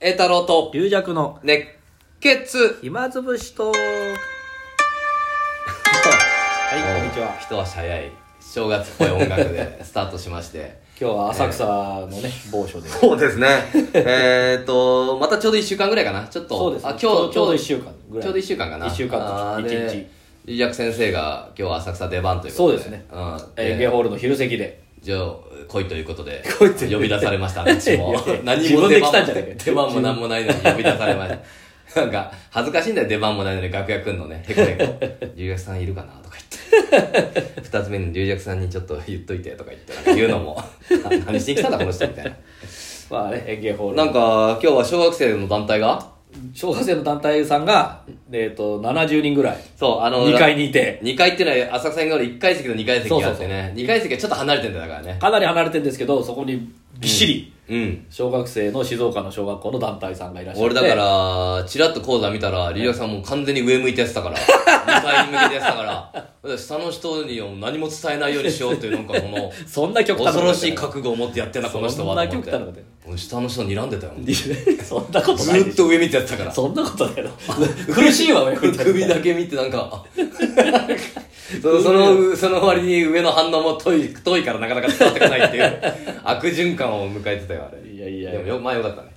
栄太郎と龍弱の熱血暇つぶしトークはいこんにちは一足早い正月っぽい音楽 でスタートしまして今日は浅草のね、某所でそうです ねえっとまたちょうど1週間ぐらいかなちょっとそうですあね今日ちょうど今日ちょうど一週間ぐらいちょうど1週間かな一週間とあーで一日龍尺先生が今日は浅草出番ということでそうですねんえー、でゲホールの昼席でじゃあ来いということで来いという呼び出されました私も何自も分出で番来もたんじゃない出番も何もないのに呼び出されましたなんか恥ずかしいんだよ出番もないのに楽屋くんのねへこへこ「龍尺さんいるかな?」とか言って二つ目に龍尺さんにちょっと言っといてとか言ってなんか言うの も何してきたんだこの人みたいなまあね演芸ホールなんか今日は小学生の団体が小学生の団体さんが、えー、と70人ぐらいそうあの2階にいて2階っていうのは浅草園が1階席と2階席があってそうそうね2階席はちょっと離れてんだよだからねかなり離れてるんですけどそこにぎっしうんり、小学生の静岡の小学校の団体さんがいらっしゃっ俺だてから、チラッと講座見たら、リリアさんもう完全に上向いてやってたから、2階に向けてやってたから、私下の人には何も伝えないようにしようっていう、なんかこの、そんな 極端な恐ろしい覚悟を持ってやってんな、この人は。そんな極端なこと俺下の人睨んでたよ。そんなこと ずないでーっしょと上見てやってたから。そんなことないの 苦しいわ上向いて首だけ見てなんか、 そのその、その割に上の反応も遠い、遠いからなかなか伝わってこないっていう、悪循環を迎えてたよ、あれ。いやいやいでやもよ、まあよかったね。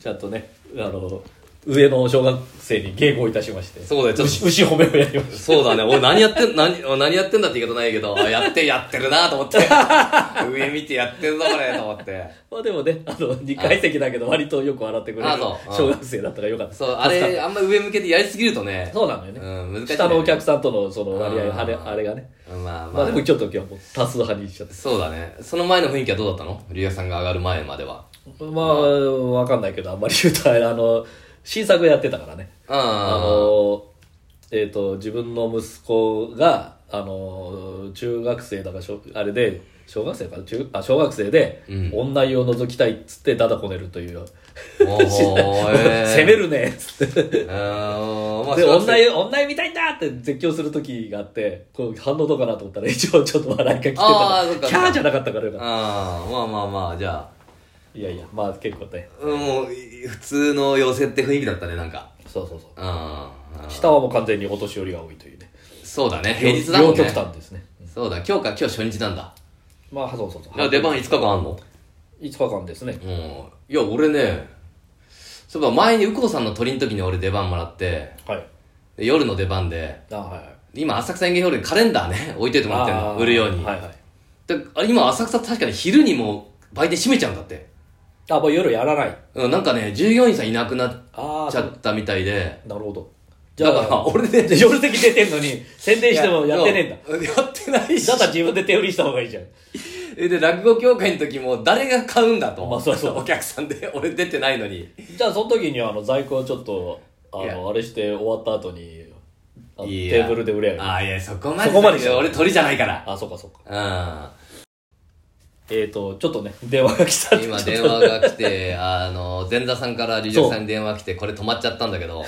ちゃんとねあの上の小学生に迎合いたしましてそうだよ、ちょっと牛牛褒めをやりましそうだね。俺何やってん、 何、お何やってんだって言い方ないけど、あやって、やってるなと思って。 上見てやってるぞ、これ、と思って。たまあでもねあの2階席だけど割とよく笑ってくれるあそう小学生だったからよかったそう、あ助かれ、っあんま上向けてやりすぎるとねた。そうなのよね、うん難しいね下のお客さんとのその割うん合あれあれがねまあままああで。もちょっと今日はもう多数派にしちゃってそうだね。その前の雰囲気はどうだったのリアさんが上がる前までは。まあわかんないけどあんまり言うとあれあの新作やってたからねうん。あのえっ、と自分の息子があの中学生だから小あれで小学生かな中あ小学生で、うん女湯を覗きたいっつってダダこねるというおー えー攻めるねっつってうーん。まあ、で小学女生湯女湯見たいんだって絶叫する時があってこう反応どうかなと思ったら一応ちょっと笑いが来てたかあーそっからキャーじゃなかったからよかっあーまあまあまあ、じゃあ。たいやいやまあ結構ねうんもう、い普通の寄せって雰囲気だったね、なんか。そうそうそううんうん。下はもう完全にお年寄りが多いというねそうだね。平日だもんね。両極端ですねそうだ、今日か、今日初日なんだ。まあそうそうそういや出番5日間あんの5日間ですねうん。いや、俺ね、そういえば前に右近さんの鳥の時に俺出番もらって、はいで夜の出番で、あはいはい今浅草演芸ホールにカレンダーね、 置いといてもらってんの。売るように。はいはいであれ今浅草確かに昼にもう売店閉めちゃうんだって。あもう夜やらないうん、なんかね、従業員さんいなくなっあちゃったみたいで。なるほどじゃだあから、俺ね、 で夜席出てんのに宣伝して もやってねえんだいや。やってないしだっ。たら自分で手売りした方がいいじゃんで、落語協会の時も誰が買うんだと。まあそうそうお客さんで、俺出てないのに。じゃあその時にはあの在庫をちょっとあいやのあれして終わった後にあのいやテーブルで売れやるああ、いや、そこまで。そこまでじゃない俺鳥じゃないから。あそうかそうかうえっ、とちょっとね電話が来たんん。で今ちょっ電と話が来 て、あの、前座さんからリリーさんに電話来て、これ止まっちゃったんだけ ど、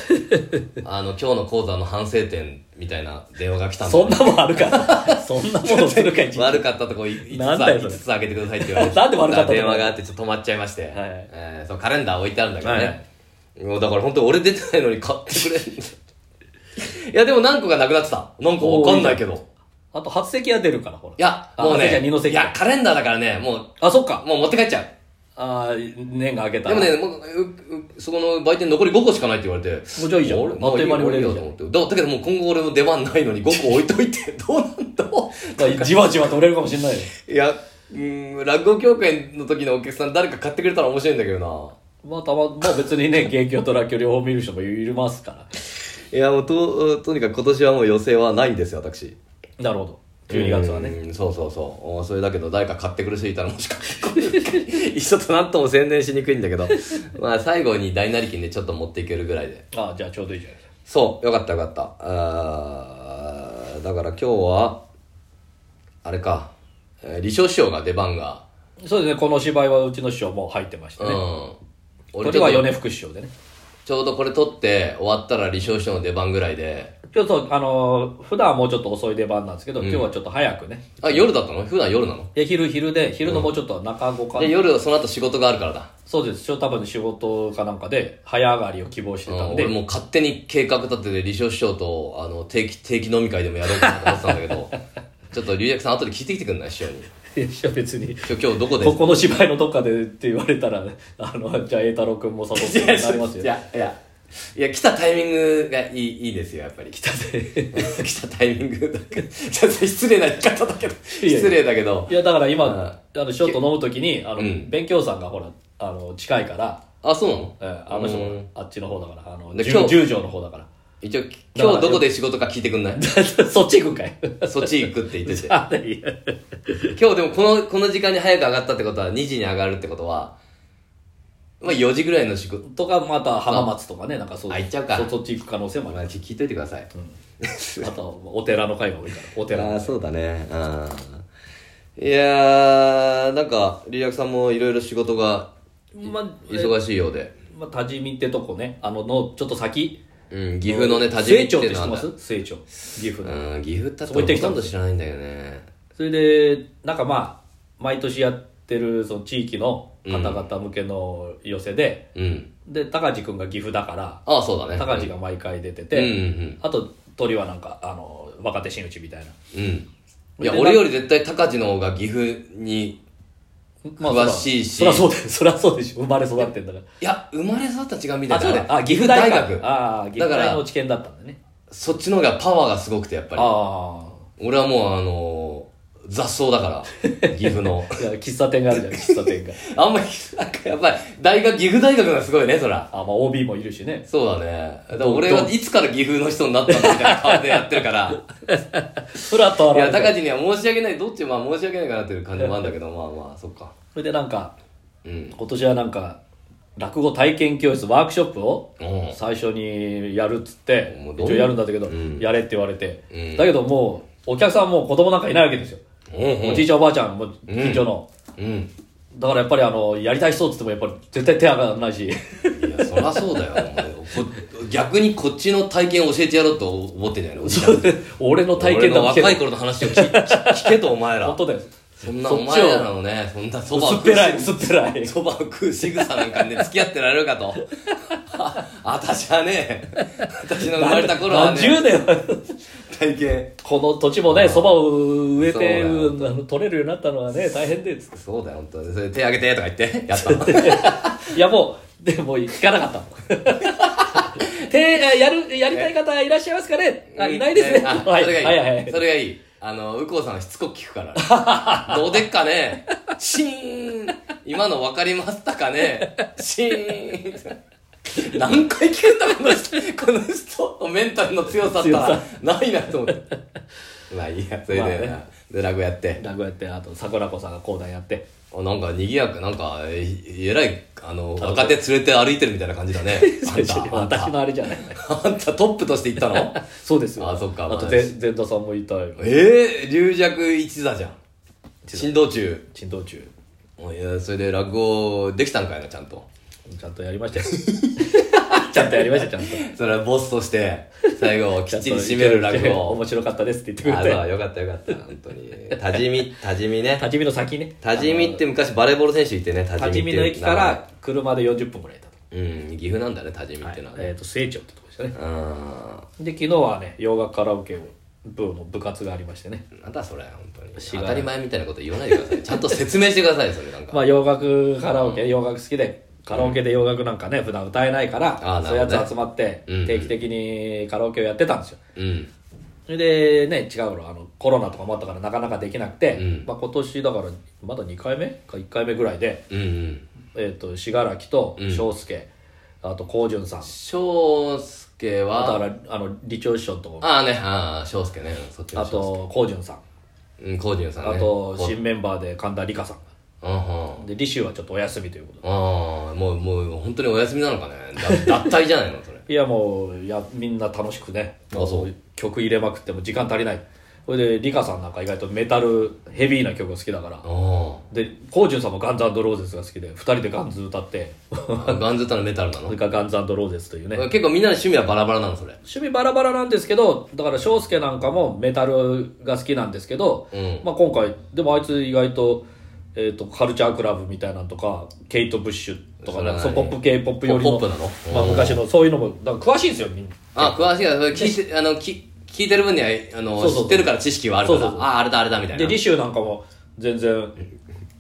あの、今日の講座の反省点みたいな電話が来たんだそんなもんあるか そんなものするかいちいち悪かったとこ5つなんだよそれ5つあげてくださいって言われてなんで悪かったとこ電話があってちょっと止まっちゃいまして、えーそうカレンダー置いてあるんだけどはいね、もうだから本当俺出てないのに買ってくれいやでも何個かなくなってたなんかわかんないけどあと初席は出るからほいらやあもう初席はね二の席いやカレンダーだからねもあそっかうもう持って帰っちゃうああ年が明けたでらもね、もう、ううそこの売店残り5個しかないって言われて。もうじゃあいいじゃん俺あっという間に売れるじゃんもういいよと思ってだだけどもう今後俺も出番ないのに5個置いといて、どうなんだ ろまあじわじわと売れるかもしれないよういや、うん、落語協会の時のお客さん誰か買ってくれたら面白いんだけどな。まあたま、まあ別にね、元気とラッキョ両方見る人もいますから。いや、もうと、とにかく今年はもう予選はないんですよ、私。なるほど。12月はね。うん。そうそうそう。おそれだけど、誰か買ってくる人いたらもしかして。 一緒となんとも宣伝しにくいんだけ ど。まあ、最後に大なりきんでちょっと持っていけるぐらいで。ああ、じゃあちょうどいいじゃないですか。そう、よかったよかった。あーだから今日は、あれか、えー、李承師匠が出番が、そうですね、この芝居はうちの師匠も入ってましたうね。ん。こ俺ちれょはっと米福師匠でね。ちょうどこれ撮って終わったら李承師匠の出番ぐらいで、ちょっと、あのー普段はもうちょっと遅い出番なんですけど、今日はちょっと早くね。あ、夜だったの普段夜なので、昼、昼で、昼のもうちょっと中午か、で夜、その後仕事があるからだ。そうです翔太郎に仕事かなんかで早上がりを希望してたんで俺もう勝手に計画立てて李承師匠とあの定期定期飲み会でもやろうかなと思ってたんだけ どちょっと龍薬さん後で聞いてきてくんない師匠にいや別に「師匠今日どこでここの芝居のどっかでって言われたらあのじゃあ栄太郎君も誘ってなりますいよやいやいや来たタイミングがいいいいですよやっぱり来た来たタイミングだけちょっと失礼な言い方だけどいやいや失礼だけどいやだから今うんあのショート飲む時にあの、うん勉強さんがほらあの近いから、あそうなのえーあの人うもんあっちの方だからあので十今日十条の方だから一応今日どこで仕事か聞いてくんない そっち行くんかい そっち行くって言っててあいや今日でもこのこの時間に早く上がったってことは2時に上がるってことはまあ4時ぐらいの仕事とかまた浜松とかねなんかそうあ行っちゃうかそそっち行く可能性もあるまあ聞いといてください、あとお寺の会が多いからお寺のああそうだねあいやーなんかリラクさんもいろいろ仕事がまあ、え忙しいようで、まあ、多治見ってとこねあののちょっと先うん、岐阜のね多治見清張っうて知ってのまはす清張岐阜の、うん岐阜だってそこ行って俺きほとたんんでど知らないんだよねそれでなんかまあ毎年やってるその地域の方々向けの寄せで、うんで高地君が岐阜だからああそうだね高地が毎回出てうんうて、んあと鳥はなんかあの若手真打ちみたいなうんうんいやで俺より絶対高地の方が岐阜にま詳しいしそらそらそうだよそらそうでしょ生まれ育ってんだかいや生まれ育った違うみたらいなあそうれだあ岐阜大岐学阜大学ああ岐だから阜大の知見だったんだねそっちの方がパワーがすごくてやっぱりああ俺はもうあのー雑草だから 岐阜のいや喫茶店があるじゃん喫茶店があんまりなんかやっぱり大学岐阜大学がすごいねそらあまあ OB もいるしねそうだねだから俺はいつから岐阜の人になったんだみたいな感じでやってるからふらっといや現れて高地には申し訳ないどっちもまあ申し訳ないかなっていう感じもあるんだけどまあまあそっかそれでなんかうん今年はなんか落語体験教室ワークショップをうん最初にやるっつってもうどん一応やるんだけど、うんやれって言われて、うんだけどもうお客さんもう子供なんかいないわけですよ、うんうおじいんちゃんおばあちゃんもう近所の、うんだからやっぱりあのやりたい人っつってもやっぱり絶対手上がらないし いやそりゃそうだよお前こ逆にこっちの体験を教えてやろうと思ってんじゃないのおじちゃん俺の体俺験のだけ若い頃の話を聞け 聞けとお 前ら本当だよそんなそおっちを前らのね、そんなそばを薄っ食ぺうらい薄っぺらいそばを食う 仕草なんかにね、付き合ってられるかと。 あ私は ね、私の生まれた頃は何十ね、年は体験。この土地もね、そばを植えて、そううんあの取れるようになったのはね、大変で、つっそうだよ、本当に。それ手挙げてとか言って、やった の。ていや、もう、でも、行かなかったもん。 手あやる、やりたい方いらっしゃいますかねあ、いないですね。あそ はれがいい、い。はい、はい。それがいい。あの、右近さんはしつこく聞く から。どうでっかねシーン今の分かりましたかねシーン何回聞くんだこの人、この人のメンタルの強さったらないなと思って。まあいいや、それまあで、ねでラグやって。落語やって、あと、桜子さんが講談や って。あなんか賑やか、なんか、ええらい、あの、若手連れて歩いてるみたいな感じだ ね。あん最初にた、あん私た、のあれじゃない。あんたトップとして行ったのそうですよ。あ そっかあまあと、ぜ前座さんもいたよ。ええ龍尺一座じゃん。振動中。沈道中、いや、それで落語できたんかいな、ちゃんと。ちゃんとやりましたよ。 ちゃんとやりました、ちゃんと。それはボスとして、最後、 きっちり締める落語。面白かったですって言っあ、てくそう、れて。よかったよかった、本当に。多治見、多治見ね。 立ち見の先ね。多治見って昔バレーボール選手いてね、多治見立っちて見いうの駅から車で40分ぐらいだと。うん、岐阜なんだね、多治見ってのはえねっ、。と、清張ってとこでしたね。うで、昨日はね、洋楽カラオケ部の部活がありましてね。ん。なんだそれ、本当に。知ら当ないたり前みたいなこと言わないでください。ちゃんと説明してください、それなんか。 まあ、洋楽カラオケ、洋楽好きで、カラオケで洋楽なんかね、普段歌えないから、あーなそういるほどねうやつ集まって、うんうん定期的にカラオケをやってたんですよ。うん。それでね、違う頃、あの、コロナとかもあったからなかなかできなくて、うんまあ今年だから、まだ2回目か1回目ぐらいで、うんうん。えっ、と、信楽とうん翔介、あと、高潤さん、翔介あはと、あの、あの李長師匠のとこ、ああね、ああ、翔介ね。そっちのあ翔介、と、高潤さん、うん、コージュンさんね。あと、こ新メンバーで神田理香さんが。うんうん。で、利州はちょっとお休みということああ、もう、もう、本当にお休みなのかね。だ 脱退じゃないのそれ。で。いや、もう、いや、みんな楽しくね。あそうも曲入れまくっても時間足りない。それで、リカさんなんか意外とメタル、ヘビーな曲が好きだから。あで、コージュンさんもガンズローゼスが好きで、二人でガンズ歌って、あ。ガンズタのメタルなそのれからガンズローゼスというね。結構みんなの趣味はバラバラなのそれ。趣味バラバラなんですけど、だから翔介なんかもメタルが好きなんですけど、うんまあ今回、でもあいつ意外と、えっ、と、カルチャークラブみたいなのとか、ケイト・ブッシュとかそれはそうポップ系ポップ寄りポのップなのまあ、おー昔のそういうのもだから詳しいんですよみんなあ、詳しいな。それ聞いて、あの、き聞いてる分には、あの、そうそうそう知ってるから知識はあるから、そうそうそうあ、あれだ、あれだ、みたいでな。リシューなんかも全然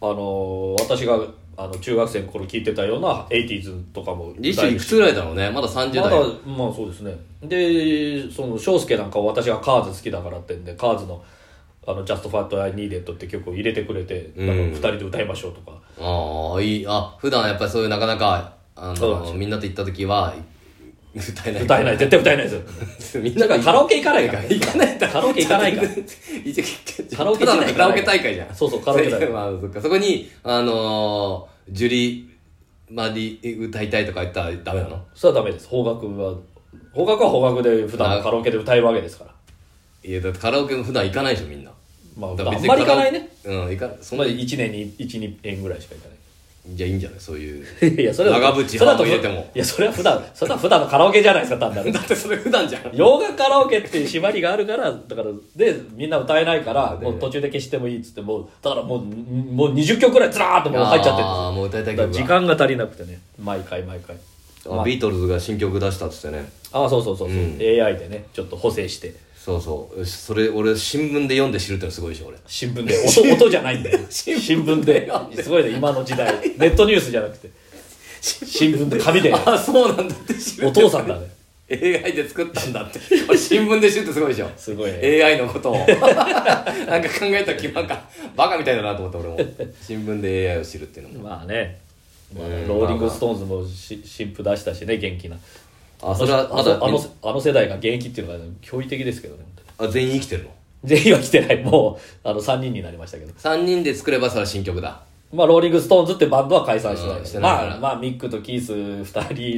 あの私があの中学生の頃聞いてたような 80s とかもリッシュいくつぐらいだろうね。まだ30代。まだまあそうですねでその翔介なんかは私がカーズ好きだからってんでカーズの「あの Just Fat I Need It」って曲を入れてくれて、うんあの二人で歌いましょうとかああ、いい。あ、普段やっぱりそういうなかなか、あそうなんでの、みんなと行った時は、歌えない。歌えない絶対歌えないです よみんなだかがらカラオケ行かないから行かないカラオケ行かないから 一応カラオたケ自体行かだなのいカラオケ大会じゃん。そうそうカラオケ大会 まあ、そっか。そこに、あのー、ジュリー、マディ歌いたいとか言ったらダメなのそれはダメです邦楽は邦楽は邦楽で普段カラオケで歌えるわけですからいや、だってカラオケも普段行かないでしょ、みんな。まああんだかまらり別行かないねカラオケうん、行か、そそんんななに、 1年に12円ぐらいしか行かないじゃあいいんじゃないそう いう。いやそれは長渕そだハーとブ入れてもいやそれは普段それは普段のカラオケじゃないですか単なるだってそれ普段じゃん。洋楽カラオケっていう縛りがあるからだからでみんな歌えないからもう途中で消してもいいっつってもうだからもうもう20曲ぐらいずらーっともう入っちゃってるああ、もう歌いたいだ曲からが。時間が足りなくてね毎回毎回あビートルズが新曲出したっつってねああそうそうそうそう、うん AI でねちょっと補正してそうそうそれ俺新聞で読んで知るってのすごいでしょ俺新聞 で音音じゃないんだよ新聞ですごいね今の時代ネットニュースじゃなくて新聞で紙で あそうなんだって知るお父さんだね AI で作ったんだって 俺新聞で知るってすごいでしょすごいね AI の ことをなんか考えたらなんかバカみたいだなと思って俺も新聞で AI を知るっていうのもまあね、まあうんローリング・ストーンズもし新譜出したしね元気なあそれはあまだのあのあの世代が現役っていうのが驚異的ですけどね あ全員生きてるの全員は来てないもうあの3人になりましたけど3人で作ればそれは新曲だまあローリング・ストーンズってバンドは解散してない,、うんしてないからまあまあミックとキース2人